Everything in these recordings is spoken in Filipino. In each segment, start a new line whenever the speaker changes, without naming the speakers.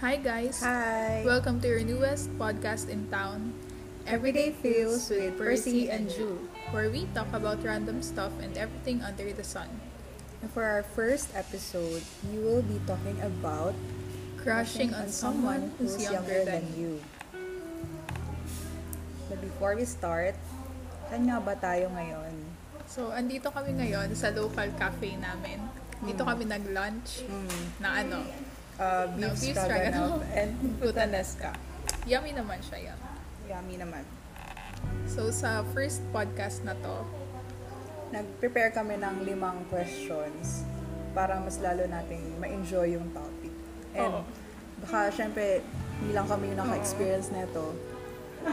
Hi guys!
Hi!
Welcome to your newest podcast in town,
Everyday Feels with Percy and Ju.
where we talk about random stuff and everything under the sun.
For our first episode, we will be talking about
Crushing on someone who's younger than you.
you. But before we start, saan nga ba tayo ngayon?
So, andito kami ngayon sa local cafe namin. Dito kami nag-lunch na ano,
Uh,
No,
beef
beef stroganoff.
stroganoff and glutanesca.
yummy naman siya yum.
Yummy naman.
So, sa first podcast na to,
Nag-prepare kami ng limang questions para mas lalo nating ma-enjoy yung topic. And
Oo.
baka syempre, hindi lang kami yung naka-experience nito.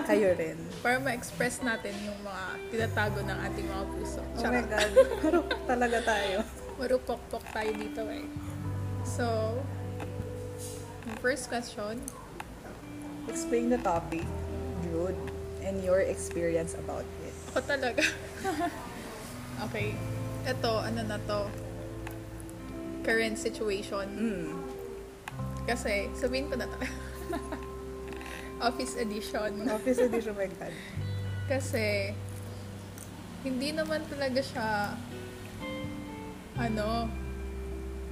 Kayo rin.
para ma-express natin yung mga tinatago ng ating mga puso.
Oh my
Charot.
God. Harap talaga tayo.
Marupok-pok tayo dito eh. So, yung first question,
Explain the topic, Jude, and your experience about it.
ako talaga. okay. Ito, ano na to? Current situation.
Mm.
Kasi, sabihin ko na to. Office edition.
Office edition, my God.
Kasi, hindi naman talaga siya, ano,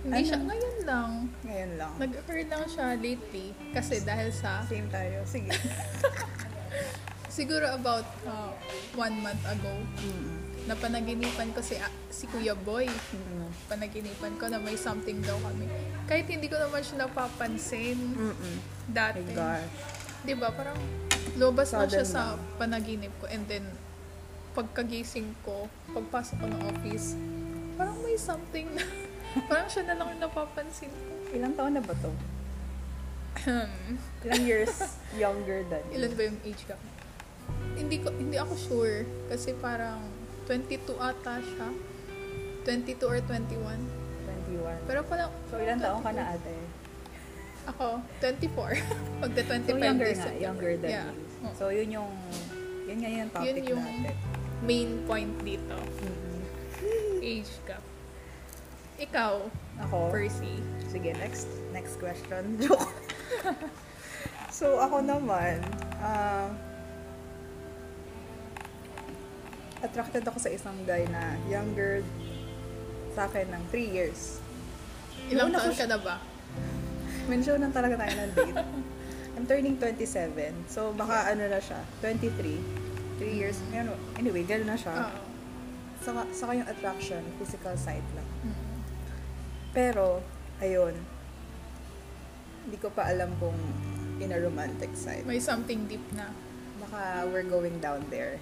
hindi
Ano?
siya, ngayon lang,
Ngayon lang.
nag-occur lang siya lately. Kasi dahil sa
Same tayo. Sige.
Siguro about uh, one month ago, napanaginipan ko si, ah, si Kuya Boy.
Mm.
Panaginipan ko na may something daw kami. Kahit hindi ko naman siya napapansin
Mm-mm. Mm. My
dati.
God.
Di ba? Parang lobas na siya sa
Sudden
panaginip ko. And then, pagkagising ko, pagpasok ko ng office, parang may something na, parang siya na lang yung napapansin ko.
Ilang taon na ba to? Ilang years younger than you?
Ilan ba yung age gap? Hindi ko hindi ako sure kasi parang 22 ata siya. 22 or 21.
21.
Pero pala
So, ilang taon ka na ate?
ako 24. Pagka 25
So, younger
days
na.
September.
Younger than
yeah.
you.
Oh.
So, yun yung, yun nga yung topic
Yun yung-
natin.
Main point dito,
Mm-mm.
age gap. Ikaw,
Ako?
Percy.
Sige, next next question. Joke. so, ako naman, ah, attracted ako sa isang guy na younger sa akin ng 3 years.
Ilang
Una ko
taon ka
siya-
na ba?
Mention lang talaga tayo ng date. I'm turning 27. So, baka ano na siya, 23. 3 years. Ano, anyway, gano'n na siya.
Oo.
Saka, saka yung attraction, physical side lang.
Mm.
Pero, ayun, hindi ko pa alam kung in a romantic side.
May something deep na.
Baka we're going down there.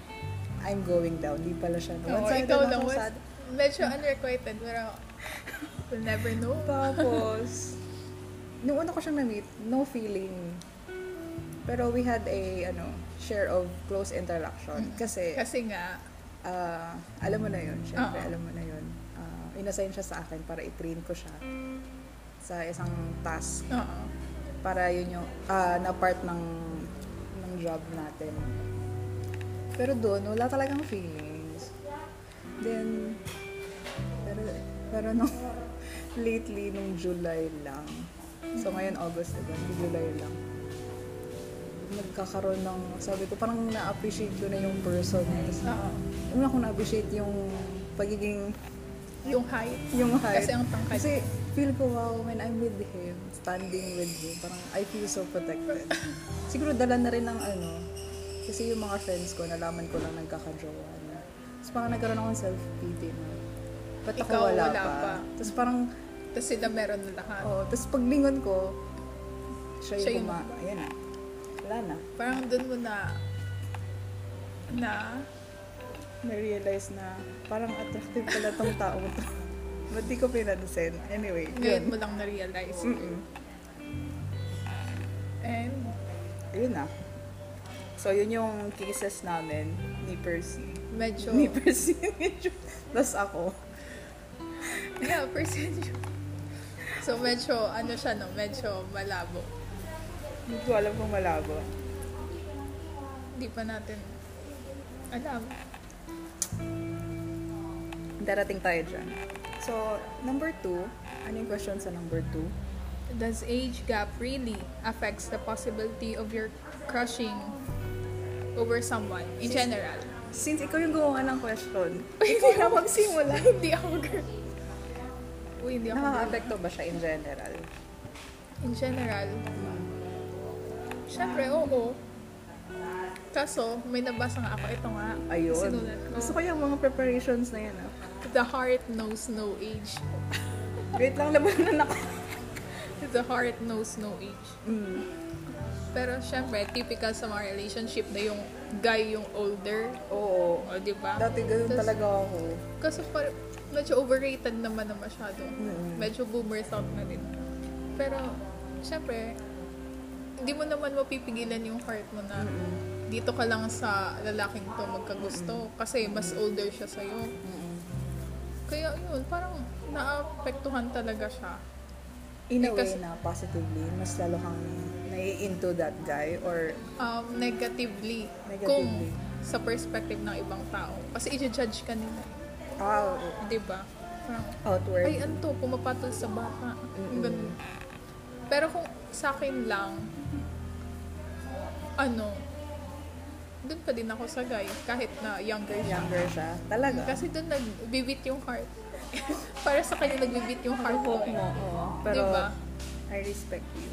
I'm going down. Di pala siya. No.
Oo,
One side
ikaw
lang
lang.
ako
was-
sad.
Medyo unrequited, pero we'll never know.
Tapos, nung una ko siya na-meet, no feeling. Pero we had a, ano, share of close interaction.
Mm.
Kasi,
Kasi nga,
ah, alam mo na yun. Siyempre,
Oo.
alam mo na yun. Ah, inassign siya sa akin para i-train ko siya sa isang task
oo.
para yun yung ah, na part ng ng job natin. Pero doon, wala talagang feelings. Then, pero, pero nung lately, nung July lang. So, ngayon August, diba? Nung July lang. Nagkakaroon ng, sabi ko, parang na-appreciate ko na yung person. Tapos,
Oo.
una ko na-appreciate yung pagiging,
Yung height.
yung height.
Kasi ang tangkad.
Kasi feel ko, wow, when I'm with him, standing with him, parang I feel so protected. Siguro dala na rin ng ano, kasi yung mga friends ko, nalaman ko lang nagkakajowa na. Tapos parang nagkaroon ako ng self-pity na. Ba't ako
Ikaw,
wala,
wala
pa?
pa.
Tapos parang,
Tapos sila meron na lahat.
oh, tapos paglingon ko, siya
Siya
yung
yung-
kuma, ayan na. Wala na.
Parang dun mo na, na,
Na-realize na parang attractive pala tong tao to. Ba't di ko pinansin? Anyway,
ngayon mo
yun.
lang na-realize.
Mm-mm.
And,
Yun na. So, yun yung cases namin ni Percy.
medyo,
Ni Percy. Tapos ako.
yeah, percentage. So, medyo, ano siya, no? Medyo malabo.
Hindi ko alam kung malabo.
Hindi pa natin alam.
Darating tayo dyan. So, number two. Ano yung question sa number two?
Does age gap really affects the possibility of your crushing over someone in
Sis-
general?
Since ikaw yung gumawa ng question, ikaw na magsimula.
hindi ako girl. Uy, hindi ako girl.
Nakaka-apekto ba siya in general?
In general, syempre, oo. Kaso, may nabasa nga ako. Ito nga.
Ayun.
Sinulat ko.
Gusto ko yung mga preparations na yan. Ah.
The heart knows no age.
Wait lang, labanan ako.
The heart knows no age.
Mm.
Pero syempre, typical sa mga relationship na yung guy yung older.
Oo.
O, di ba?
Dati ganun
Tas-
talaga ako.
Kasi par- medyo overrated naman na masyado.
Mm.
Medyo boomer sound na din. Pero, syempre, hindi mo naman mapipigilan yung heart mo na dito ka lang sa lalaking to magkagusto. Kasi mas older siya sa'yo. Kaya yun, parang naapektuhan talaga siya.
In
Eh,
a way
kasi-
na positively, mas lalo kang nai-into that guy or
Um, negatively, Kung
Negatively.
sa perspective ng ibang tao. Kasi i-judge ka nila.
ah,
Di ba? Parang,
outward.
ay ano? anto, pumapatol sa baka. Yung ganun. Pero kung sa akin lang, ano, dun pa din ako sa guy, kahit na younger siya.
Younger siya. Talaga.
Kasi dun nagbibit yung heart. Para sa kanya nagbibit yung heart ko.
Hope
eh.
mo, oo. Pero,
Diba?
I respect you.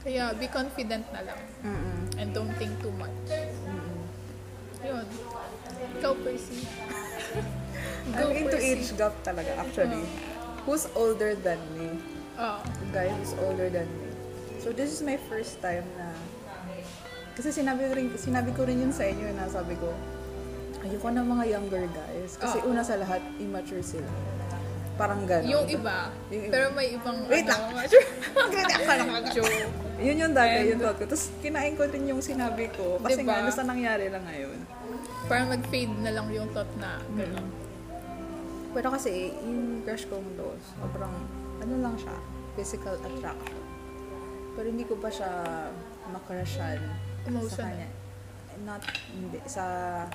Kaya be confident na lang
Mm-mm.
and don't think too much. Yun. Ikaw, Percy.
I'm into age gap talaga, actually. Who's older than me?
Oh.
The guy who's older than me. So, this is my first time na... Kasi sinabi ko rin, sinabi ko rin yun sa inyo na sabi ko, ayoko ng mga younger guys. Kasi
Oo.
una sa lahat, immature sila. Parang gano'n.
Ah. Yung iba.
Yung iba.
Pero may ibang...
Wait
ano, Joke.
Yun yung dati, yun thought ko. Tapos kinain ko din yung sinabi ko. Kasi
Diba?
nga, ano sa nangyari lang ngayon.
Parang nag-fade na lang yung thought na gano'n.
Pero kasi, yung crush kong do, sobrang, ano lang siya, physical attraction. Pero hindi ko pa siya makrushan sa
Emotional.
kanya. Not, hindi, sa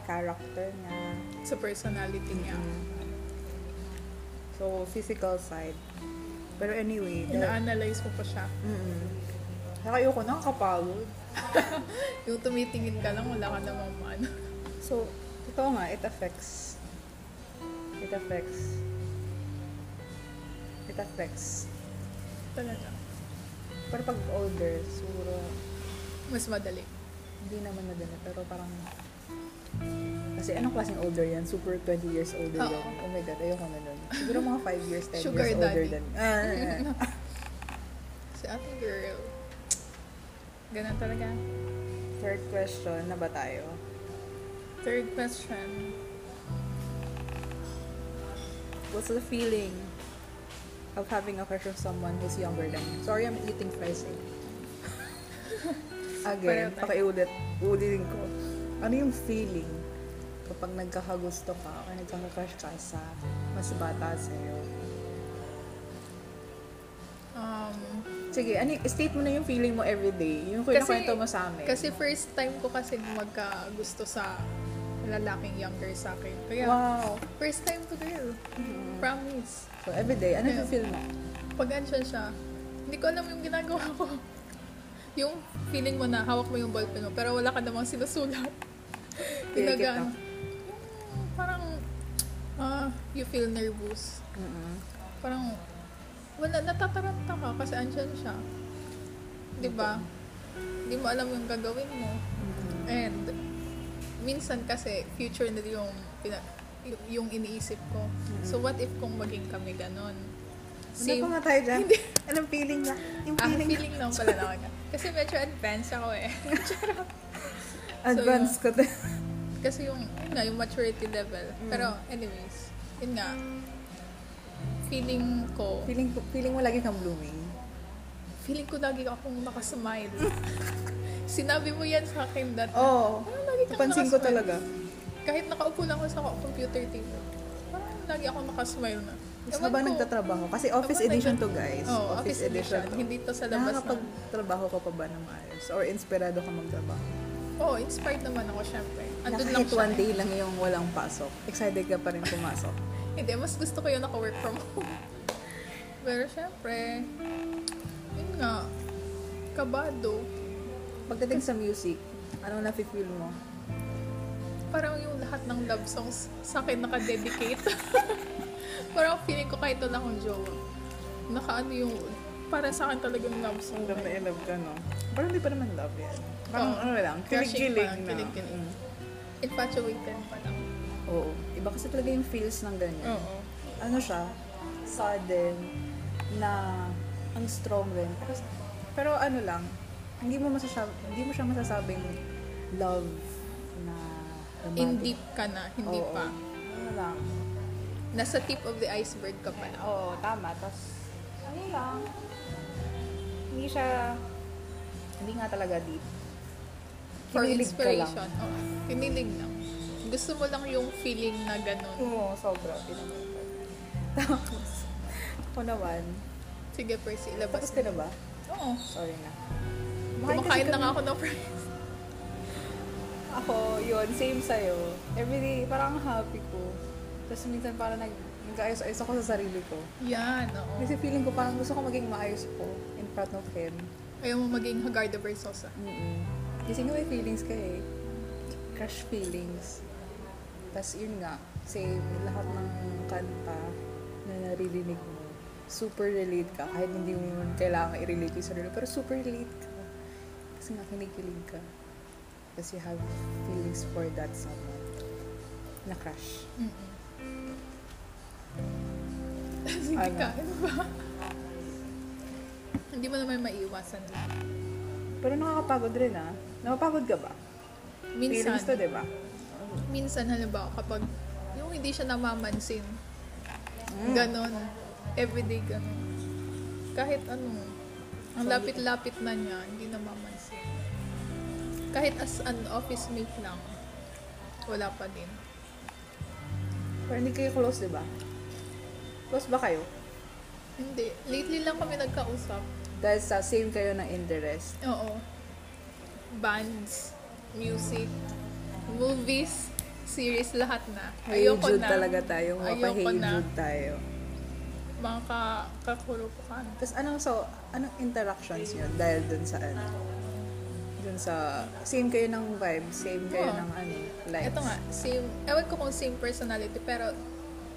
character niya.
sa personality niya.
So, physical side. Pero anyway, dahil,
Ina-analyze ko pa siya.
mm Saka ayoko, nakakapagod.
Yung tumitingin ka lang, wala ka namang ano.
So, totoo nga, it affects. It affects. It affects.
Talaga.
Pero pag older, siguro,
Mas madali.
Hindi naman madali, pero parang... Kasi anong klaseng older yan? Super 20 years older
Oo.
yun. Oh my God, ayoko na nun. Siguro mga 5 years, 10
Sugar
years older
daddy.
than... Ah,
Si ate girl. Ganun talaga.
third question na ba tayo?
Third question.
What's the feeling of having a crush on someone who's younger than you? Sorry, I'm eating fries eh.
Pareho
Again,
tayo.
pakiulit. Uulitin ko. Ano yung feeling kapag nagkakagusto ka o nagkakakrush ka sa mas bata sa'yo?
Um,
Sige, ano, yung- state mo na yung feeling mo everyday. Yung kinakwento mo sa amin.
Kasi first time ko kasi magkagusto sa lalaking younger sa akin. Kaya,
Wow.
first time to girl. Promise.
So, everyday, ano yung feel mo?
Pag andyan siya, hindi ko alam yung ginagawa ko. Yung feeling mo na hawak mo yung ballpen mo, pero wala ka namang sinusulat.
Pinikit
Ginagaan.
ka.
Yung parang, ah, you feel nervous. Parang, wala, natataranta ka kasi andyan siya. Di ba? Hindi mo alam yung gagawin mo. And, minsan kasi, future na yung, pina, y- yung iniisip ko. So, what if kung maging kami ganon?
Ano pa nga tayo dyan? Anong feeling na? Yung
Ah,
feeling,
feeling lang pala na Kasi medyo advanced ako eh.
advance ko din.
Kasi yung, yun nga, yung maturity level. Pero anyways, yun nga. Feeling ko,
feeling, ko- feeling mo lagi kang blooming.
feeling ko lagi akong nakasmile. Sinabi mo yan sa akin that
Oo. Oh,
parang lagi kang
napansin ko
nakasmile.
talaga.
Kahit nakaupo lang ako sa computer table, parang lagi ako nakasmile na.
Mas
Ewan
habang
ko.
nagtatrabaho. Kasi office
Ewan ko,
edition
nag-
to, guys.
Oo, office edition. Hindi to sa labas na.
Nakakapagtrabaho ka pa ba ng maayos? Or inspirado ka magtrabaho?
Oo, oh, inspired naman ako syempre. Andun lang
Nakahit
siya.
one day lang yung walang pasok. Excited ka pa rin pumasok.
Hindi, mas gusto ko yung naka-work from home. Pero syempre, yun nga, kabado.
Pagdating sa music, ano na feel mo?
Parang yung lahat ng love songs sa akin nakadedicate. parang feeling ko kahit wala akong jowa. Nakaano yung, para sa akin talagang love song.
Love na love ka, no? Parang hindi pa naman love yan. Parang
Oo.
ano lang,
Crushing
kilig-kilig
parang
na.
kilig-kilig.
Mm.
Infatuated pa lang.
Oo. Iba kasi talaga yung feels ng ganyan.
Oo.
ano siya, sudden, na ang strong rin. Pero, pero ano lang, hindi mo masasab hindi mo siya masasabing love na romantic.
In deep ka na, hindi
Oo.
pa.
Ano lang.
Nasa tip of the iceberg ka pa na.
Oo, tama. Tapos, ano lang, hindi siya, hindi nga talaga deep.
For
Kinilig ka lang.
inspiration. Oo. Kinilig lang. Gusto mo lang yung feeling na ganun.
Oo, sobra. Tinamay ko. Tapos, ako naman.
Sige, Percy,
Tapos
ilabas.
ka na ba?
Oo.
Sorry na.
Kumakain na
kami-
nga ako ng fries.
Ako, yun, same sa'yo. Every day, parang happy ko. Tapos minsan parang nag nag-ayos-ayos ako sa sarili ko.
Yan, oo.
Kasi feeling ko parang gusto ko maging maayos ko in front of him.
Ayaw mo maging Hagarda Versosa.
Mm-mm. Kasi nga may feelings ka eh. Crush feelings. Tapos yun nga, same, lahat ng kanta na naririnig mo, super relate ka. Kahit hindi mo yun kailangan i-relate yung sarili, pero super relate ka. Kasi nga, kinikilig ka. Tapos you have feelings for that someone na crush.
Mm-mm. Sige
Ano?
ka, ano ba? Hindi mo naman maiiwasan.
Pero nakakapagod rin ah. Nakapagod ka ba?
Minsan,
Feelings to, di ba?
minsan halimbawa kapag yung hindi siya namamansin, ganon, everyday ganon. Kahit ano, ang lapit-lapit na niya, hindi namamansin. Kahit as an office mate lang, wala pa din.
Pero hindi kayo close, di ba? Close ba kayo?
Hindi. Lately lang kami nagkausap.
Dahil sa same kayo ng interest.
Oo. Bands, music, movies, series, lahat na. Ayoko
Ayoko
na.
talaga tayo.
Ayoko na.
Mapahayod tayo.
Mga ka- kakurupukan.
Tapos anong, so, anong interactions yun dahil dun sa ano? Dun sa, same kayo ng vibe, same kayo
Oo.
ng ano, likes.
Ito nga, same, ewan ko kung same personality, pero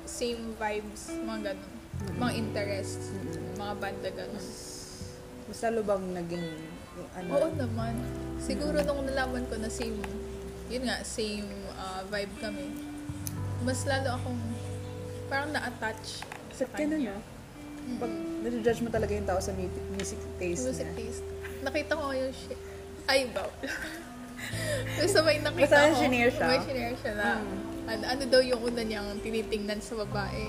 same vibes, mga ganun. Mga interests, mga banda ganun.
Mas lalo bang naging, yung ano,
Oo naman. Siguro nung nalaman ko na same, yun nga, same ah, vibe kami, mas lalo akong parang na-attach sa
except
kanya.
no? Pag nare-judge mo talaga yung tao sa music, music taste
Music
niya.
taste. Nakita ko yung shit. Ay, ba? Basta may nakita
Basta
ko.
engineer siya. Hmm.
May engineer siya na. Ano, ano daw yung una niyang tinitingnan sa babae.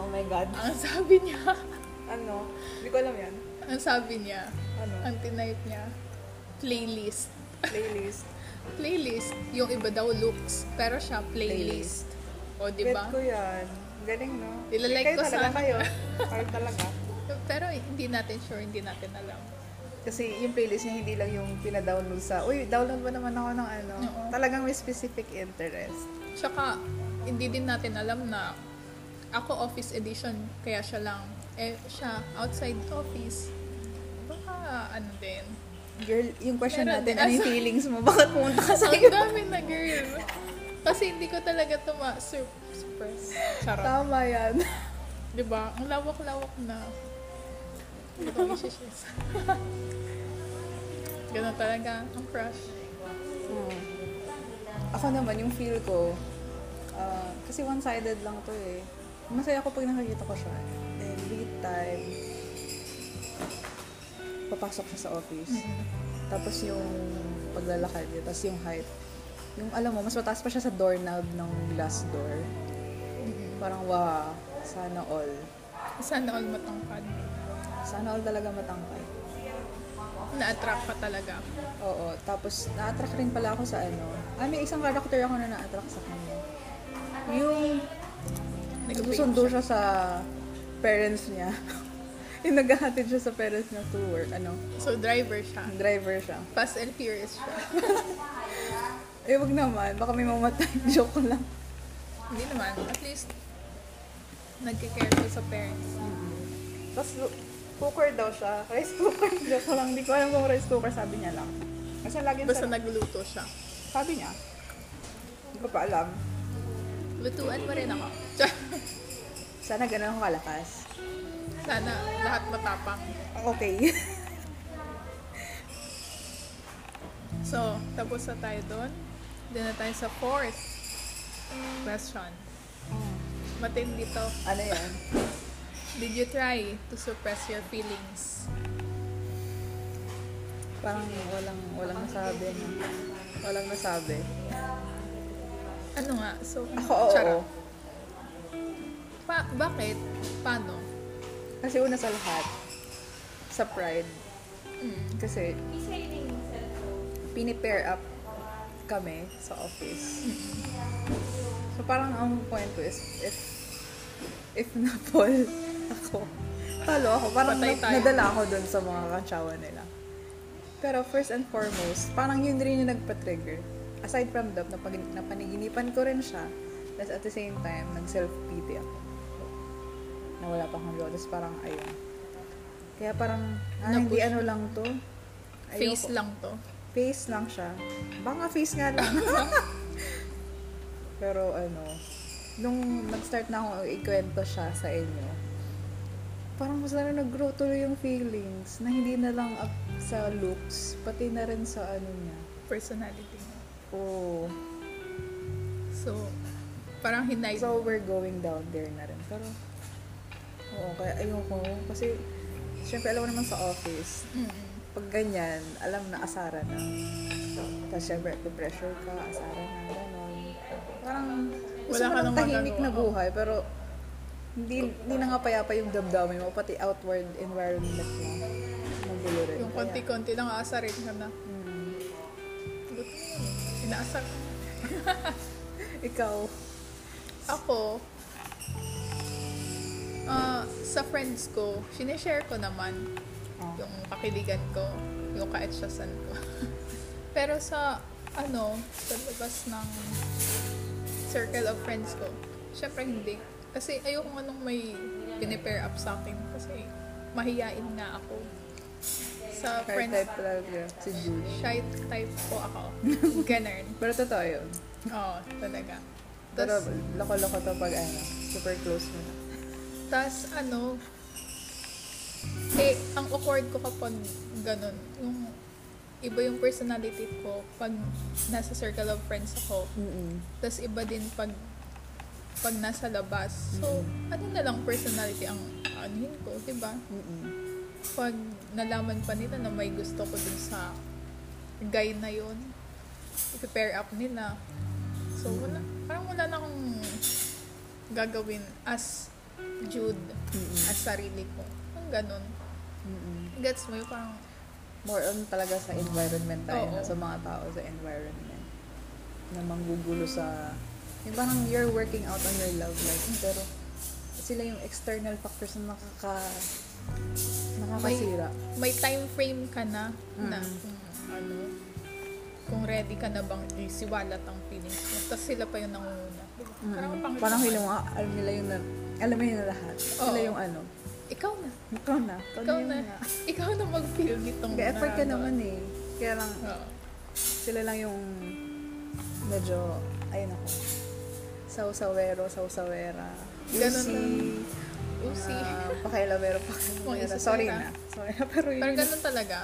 Oh my God.
Ang sabi niya,
Ano? Hindi ko alam yan.
ang sabi niya,
Ano?
ang tinipe niya, playlist.
Playlist.
Playlist, yung iba daw looks, pero siya playlist. O, diba? di ba?
Bet ko yan. Galing, no?
Ilalike
kayo
ko
talaga
sana.
kayo. Kayo talaga.
Pero eh, hindi natin sure, hindi natin alam.
Kasi yung playlist niya hindi lang yung pinadownload sa, uy, download mo naman ako ng ano.
Oo.
Talagang may specific interest.
Tsaka, hindi din natin alam na ako office edition, kaya siya lang. Eh, siya, outside office. Baka, ano din.
Girl, yung question
Meron din.
natin, ano yung feelings mo? Bakit pumunta ka sa
Ang dami na, girl. Kasi hindi ko talaga tuma sur- surprise. Charot.
Tama yan.
Diba? Ang lawak-lawak na. Hindi ko magsishis. Ganun talaga, ang crush.
Hmm. Ako naman, yung feel ko, ah, kasi one-sided lang to eh. Masaya ako pag nakikita ko siya. Every time, papasok siya sa office. Tapos yung paglalakad niya, tapos yung height. Yung alam mo, mas mataas pa siya sa doorknob ng glass door. Parang wow, sana all.
Sana all matangkad.
Sana all talaga matangkay.
Na-attract ka talaga.
Oo, tapos na-attract rin pala ako sa ano. Ah, may isang character ako na na-attract sa kanya. Yung susundo siya sa parents niya. yung naghahatid siya sa parents niya to work. Ano,
So, driver siya.
driver siya.
Fast and Furious siya.
Eh, wag naman. Baka may mamatay. Joke ko lang.
Hindi naman. At least, nagkikareful sa parents.
Tapos, lu- cooker daw siya. Rice cooker. Joke ko lang. Hindi ko alam kung rice cooker. Sabi niya lang. Kasi lagi
Basta
sa...
nagluto siya.
Sabi niya. Hindi ko pa alam.
Lutuan mo rin ako. Char.
Sana ganun ako kalakas.
Sana lahat matapang.
Okay.
So, tapos na tayo doon. Doon na tayo sa fourth question. Matindi to.
ano yan?
Did you try to suppress your feelings?
Parang walang, walang nasabi. no? Walang nasabi.
Ano nga? So,
Ako, oo.
charot. Pa- bakit? Paano?
Kasi una sa lahat, sa pride, kasi pini-pair up kami sa office. So parang ang point ko is, if, if na-fall ako, talo ako, parang
Patay
na-
tayo.
nadala ako dun sa mga kantsawa nila. Pero first and foremost, parang yun rin yung nagpa-trigger. Aside from that, napag- napaniginipan ko rin siya. Tapos at the same time, nag-self-pity ako. Na wala pa akong jowa. Tapos parang, ayun. Kaya parang, ah, hindi
Napush.
ano lang to.
Face
Ayoko.
lang to.
Face lang siya. Baka face nga lang. Pero ano, nung nag-start na akong ikwento siya sa inyo, parang mas na nag-grow tuloy yung feelings na hindi na lang up sa looks, pati na rin sa ano niya.
Personality. mo.
Oh,
So, parang hinay.
so we're going down there na rin. Pero, oo, kaya ayoko. Kasi, syempre alam mo naman sa office,
Mm-mm.
pag ganyan, alam na asara na. Tapos syempre, pressure ka, asara na, gano'n. Parang, gusto
Wala
mo
ka
ng
nang
tahimik na
magagawa.
buhay, pero hindi, hindi na nga payapa yung damdamin mo, pati outward environment mo. Magulo rin.
Yung konti-konti lang aasarin ka na.
Mm.
Inaasar.
Ikaw,
Ako, ah, sa friends ko, sinishare ko naman
Ah.
yung pakiligan ko, yung kaetsasan ko. Pero sa, ano, sa labas ng circle of friends ko, syempre hindi. Kasi ayoko nga nung may pinipair up sa akin kasi mahiyain nga ako. Sa
car
friends,
Oh, type talaga, si Julie.
shy type po ako. Ganun.
Pero totoo yun.
Oo, talaga.
Pero
Tas-
loko-loko to pag ano, super close mo na.
tas ano, eh, ang awkward ko kapag ganun. Yung iba yung personality ko pag nasa circle of friends ako.
Mm-mm.
tas iba din pag pag nasa labas. So, ano na lang personality ang anuhin ko, di ba?
Mm-mm.
Pag nalaman pa nila na may gusto ko dun sa guy na yun, i-pair up nila. So, wala, parang wala na akong gagawin as Jude
Mm-mm.
as sarili ko. Ang ganun.
Mm-mm.
Gets mo yung parang,
more on talaga sa environment tayo,
Oo.
na, sa mga tao, sa environment. Na manggugulo sa... Yung parang you're working out on your love life, pero sila yung external factors na nakaka... nakakasira.
may time frame ka na, na
Mm.
kung ano, kung ready ka na bang isiwalat ang feelings mo. Tapos sila pa yung nangunguna. Diba?
Mm.
Parang pangit
Parang
naman.
sila yung, alam nila yung, na, alam nila yung lahat. Sila
Oo.
yung ano,
Ikaw na.
ikaw na, ikaw,
Ikaw
na
na.
yung na.
Ikaw na mag-feel nitong
effort ka
na-
naman eh. Kaya lang,
Oo.
sila lang yung medyo, ayun ako, sausawero, sausawera.
Ganun
Easy.
Usi.
Ah, pakialamero, pakialamero.
isa
Sorry
talaga.
na. Sorry na, pero yun.
Parang ganun talaga.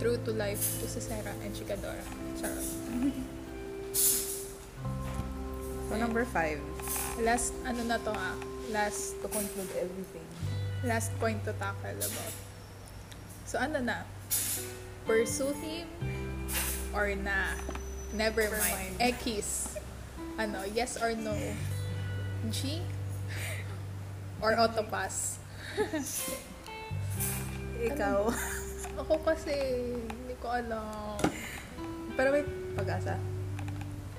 True to life to si Sarah and Chikadora. Charot.
So, number five.
Last, ano na to ah. Last
To conclude everything.
last point to tackle about. So ano na? Pursue him or na? Never,
Never
mind.
mind.
Eh, kiss. Ano, yes or no? G? Or autopass?
Ikaw.
Ako kasi, hindi ko alam.
pero wait, pag-asa.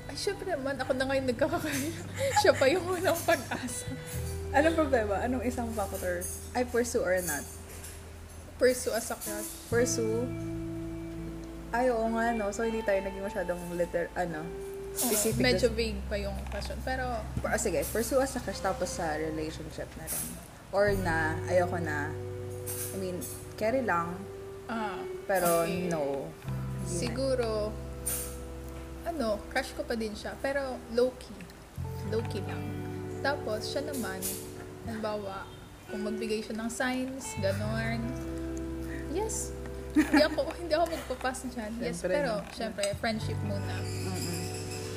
Ay, syempre naman, ako na ngayon nagkakakaya. Siya pa yung unang pag-asa.
Anong problema? Anong isang factor? I pursue or not?
Pursue as a crush.
Pursue? Ay, oo nga, no? So, hindi tayo naging masyadong letter, ano,
Oo,
specific.
medyo vague pa yung question. Pero,
Ah, sige, pursue as a crush tapos sa relationship na rin. or na ayoko na. I mean, carry lang,
Ah,
pero
okay.
no. Hindi na.
Siguro, ano, crush ko pa din siya. Pero low-key. Low-key lang. Tapos, siya naman, halimbawa, kung magbigay siya ng signs, ganon. Yes. hindi ako, hindi ako magpapas dyan. Yes,
Siyempre,
pero,
no?
syempre, friendship muna.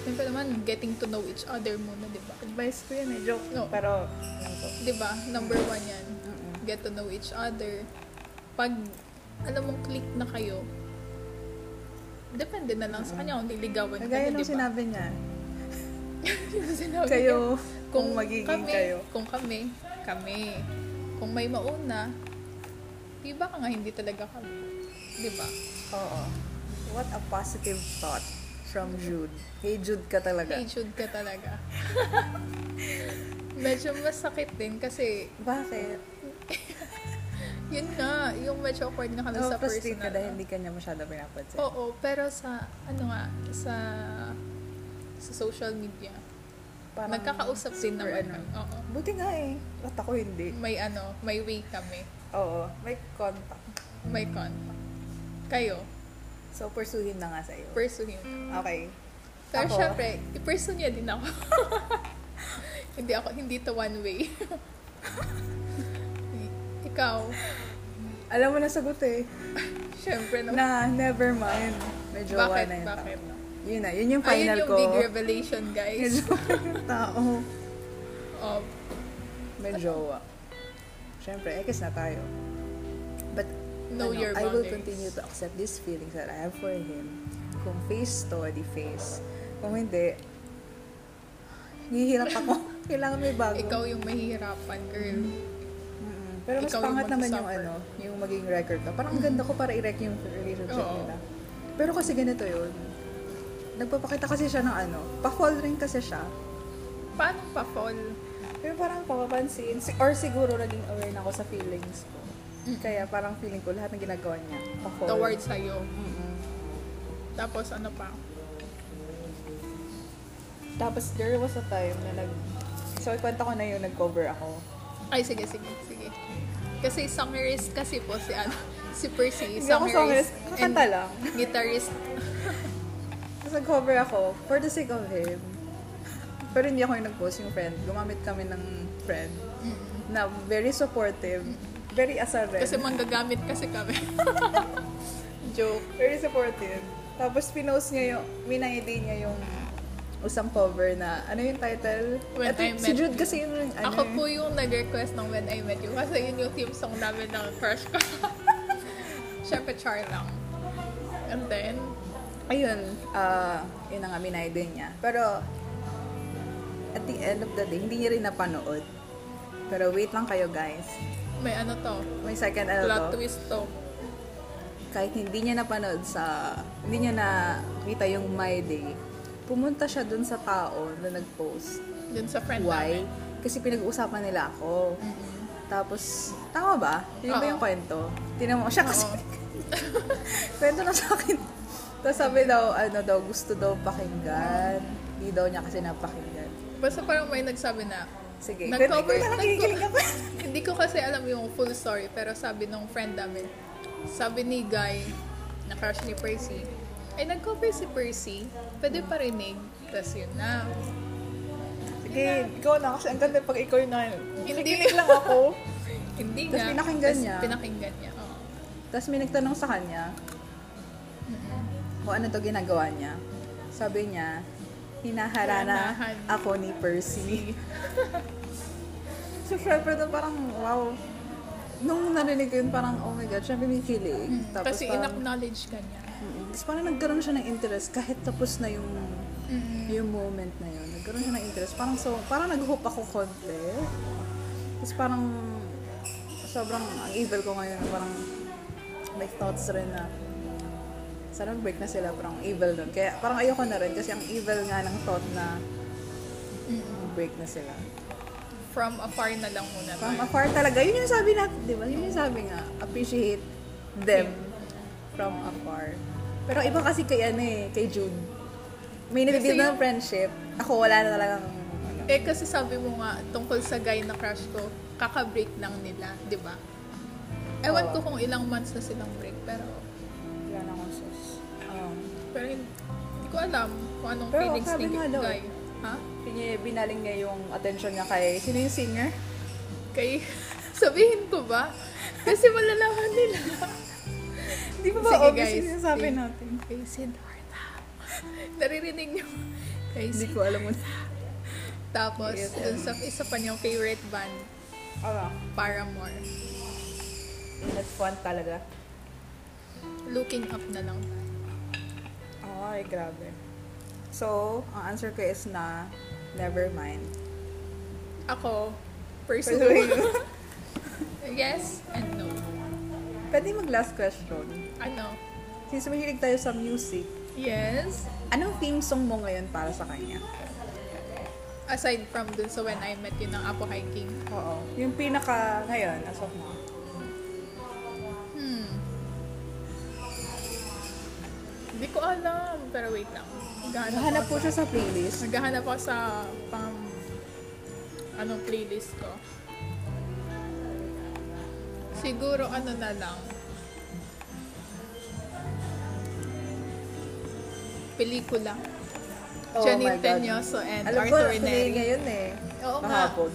Siyempre naman, getting to know each other muna, di ba?
Advice ko yun eh, joke.
No.
Pero, ano to?
Di ba? Number one yan.
Mm-mm.
Get to know each other. Pag, alam mong click na kayo, depende na lang sa kanya kung liligawan ka na, di
Kagaya nung
ba?
sinabi niya,
Yun ang sinabi ko.
kayo, kung magiging
kami,
kayo.
Kung kami, kami. Kung may mauna, di ba ka nga hindi talaga kami? Di ba?
Oo. What a positive thought from Jude. Hey Jude ka talaga.
Insured ka talaga. medyo masakit din kasi
Bakit?
yun nga, yung medyo awkward na kami Ano sa personal. ah?
Napapastig Oh,
Oh,
ka dahil hindi ka niya masyado pinapansin.
Oo, pero sa, ano nga, sa, sa social media,
Parang-
nagkakausap din
super
naman.
ano.
kami. Oo.
Buti nga eh. At ako hindi.
May ano, may way kami.
Oo. May contact.
May contact. Kayo,
So, pursuhin na nga sa'yo.
pursuein.
Okay.
Pero
Ako?
syempre, i-pursue niya din ako. hindi ako, hindi to one way. Ikaw,
Alam mo na sagot eh.
syempre naman.
Na, never mind. May jowa
bakit,
na yun.
bakit?
Yun na, yun yung final
Ayun yung
ko.
big revelation,
May
guys.
jowa yung tao.
Oh,
May jowa. Siyempre, ekis na tayo. But,
Know
ano,
your
I will
boundaries.
continue to accept these feelings that I have for him. Kung face to, di face. Kung hindi, hihirap ako. Kailangan may bago.
ikaw yung mahihirapan, girl.
Mm-mm. Pero mas
Ikaw yung
pangat naman yung
magsuffer.
ano, yung maging record ko. Parang ang ganda ko para i-wreck yung relationship
Oo.
nila. Pero kasi ganito yun. Nagpapakita kasi siya ng ano, pa-fall rin kasi siya.
Paano pa fall?
Pero parang papapansin, si- or siguro naging aware na ako sa feelings ko. Kaya parang feeling ko lahat ng ginagawa niya, pa-fall.
Towards sa'yo.
Mm-mm.
Tapos ano pa?
Tapos there was a time na nag... So, ikwento ko na yun, nag-cover ako.
Ay, sige, sige, sige. Kasi summerist kasi po si ano, si Percy,
Hindi ako
summerist.
songwriter, kakanta lang.
Guitarist.
Tapos nag-cover ako for the sake of him. Pero hindi ako yung nag-post yung friend. Gumamit kami ng friend na very supportive, very asal rin.
Kasi manggagamit kasi kami. Joke.
very supportive. Tapos pinost niya yung, minay-day niya yung usang cover na, ano yung title?
When
Ito,
I
si
Met
Jude kasi yun yung, ano,
Ako po yung nag-request ng When I Met You kasi yun yung theme song namin ng crush ko. Siyempre, char lang. And then,
ayun, ah, yun na nga, minay-day niya. Pero, at the end of the day, hindi niya rin napanood. Pero wait lang kayo guys.
may ano to,
May second ano
plot
to.
twist to.
kahit hindi niya napanood sa, hindi niya nakita yung My Day, pumunta siya dun sa tao na nag-post.
Dun sa friend namin.
Why? Kasi pinag-uusapan nila ako. Tapos, tama ba? Yun ba
Oo.
yung kwento? Tinamo siya kasi, kwento na sa akin. Tapos sabi daw, ano daw, gusto daw pakinggan. Hindi daw niya kasi napakinggan.
Basta parang may nagsabi na,
Sige,
Nag-cover-
kwento ko na nakikinig ako.
Hindi ko kasi alam yung full story, pero sabi nung friend namin, sabi ni Guy, na crush ni Percy, ay nag-cover si Percy, pwede pa rinig. Tapos yun na.
Sige, ikaw na kasi ang ganda pag ikaw yung na.
Hindi,
lang ako.
hindi
Tapos
nga.
pinakinggan
Tapos
niya.
Pinakinggan niya, oo.
Tapos may nagtanong sa kanya kung ano to ginagawa niya. Sabi niya, hinaharana
Hinahanahan.
ako ni Percy. so, syempre na parang, wow. Nung narinig ko yun, parang, oh my God, syempre may kilig.
Hmm.
Tapos
Kasi
parang,
in-acknowledge ka niya.
Mm, Tapos parang nagkaroon siya ng interest kahit tapos na yung
Mm.
yung moment na yun. Nagkaroon siya ng interest. Parang so, parang nag-hook ako konti. Tapos parang sobrang ang evil ko ngayon. Parang may thoughts rin na sana break na sila parang evil nun. Kaya parang ayoko na rin kasi ang evil nga ng thought na break na sila.
From afar na lang muna. tayo.
From afar talaga. Yun yung sabi natin, di ba? Yun yung sabi nga. Appreciate them from afar. Pero iba kasi kay ano eh, kay June. May nabibig
Kasi
na
yung-
friendship. Ako wala na talagang ano.
Eh kasi sabi mo nga tungkol sa guy na crush ko, kakabreak lang nila, di ba? Ewan
Oo.
ko kung ilang months na silang break, pero
Wala na akong sus. Um,
pero hindi hindi ko alam kung anong
Pero
feelings
sabi
ni
nga daw
Guy.
eh.
Ha?
Pinye, binaling niya yung attention niya kay... Sino yung singer?
Kay, sabihin ko ba? Kasi malalaman nila.
Di ba ba
Sige,
obvious
guys.
yung sinasabi
Sige.
natin?
Kay Siddhartha. Naririnig niyo. Kay
Hindi
Sid.
ko alam mo.
Tapos,
Yes.
dun sa isa pa niyang favorite band,
Ala,
Paramore.
that's fun talaga.
Looking up na lang.
Ay, grabe. So, ang answer ko is na, never mind.
Ako,
Pero
pursue.
yun,
yes and no.
Pwede mag-last question.
Ano?
Since mahilig tayo sa music,
Yes.
anong theme song mo ngayon para sa kanya?
Aside from dun sa When I Met You ng Apo Hiking.
Oo. Yung pinaka ngayon, as of now.
Hmm. Hindi ko alam. Pero wait lang. Maghahanap,
Hanap
ako
po siya
sa...
sa playlist.
Maghahanap ako sa pang... Anong playlist ko. Siguro ano na lang. Pelikula.
Oh my
Janine
God.
Tenyoso and
Alam ko,
Arthur
nakinig
Neri.
ngayon eh.
Oo nga.
Kahapon.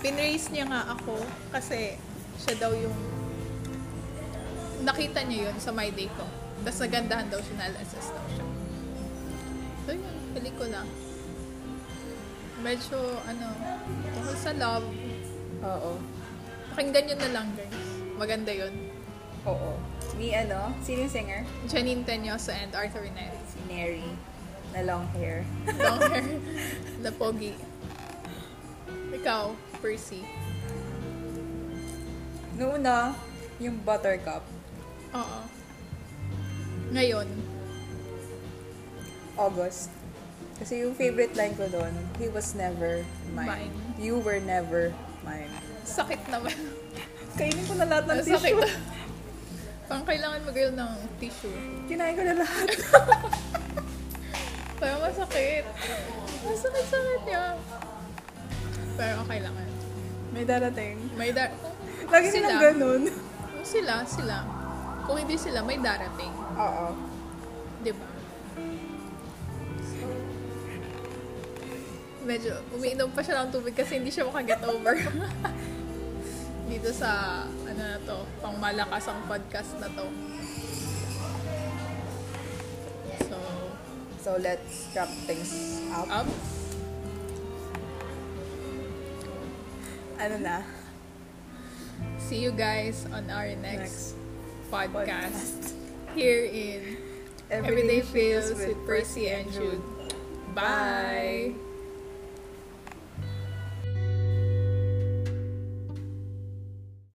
Pinraise niya nga ako kasi siya daw yung nakita niya yun sa My Day ko. Tapos nagandahan daw siya, na-assess daw siya. So yun, pelikula. Medyo, ano, tungkol sa love.
Oo.
Pakinggan yun na lang, guys. Maganda yun.
Oo. Ni ano, sino yung singer?
Janine Tenyoso and Arthur Neri.
Si Neri. Na long hair.
Long hair. na pogi. Ikaw, Percy.
Noong una, yung Buttercup.
Oo. Ngayon,
August. Kasi yung favorite line ko doon, he was never mine.
Mine.
You were never mine.
sakit naman.
Kainin ko na lahat ng
Masakit.
tissue.
Ano Parang kailangan mo girl ng tissue.
Kinain ko na lahat.
Parang masakit. Masakit-sakit niya. Pero okay lang. yan.
May darating.
May dar...
Lagi nilang ganun.
Kung sila, sila. Kung hindi sila, may darating.
Oo.
Di ba? Medyo umiinom pa siya ng tubig kasi hindi siya makaget over. Dito sa, ano na to, pang malakas ang podcast na to. So,
So let's wrap things up.
up.
Ano na?
See you guys on our next,
Next
podcast. Here in Everyday Feels with Percy and Jude. Bye.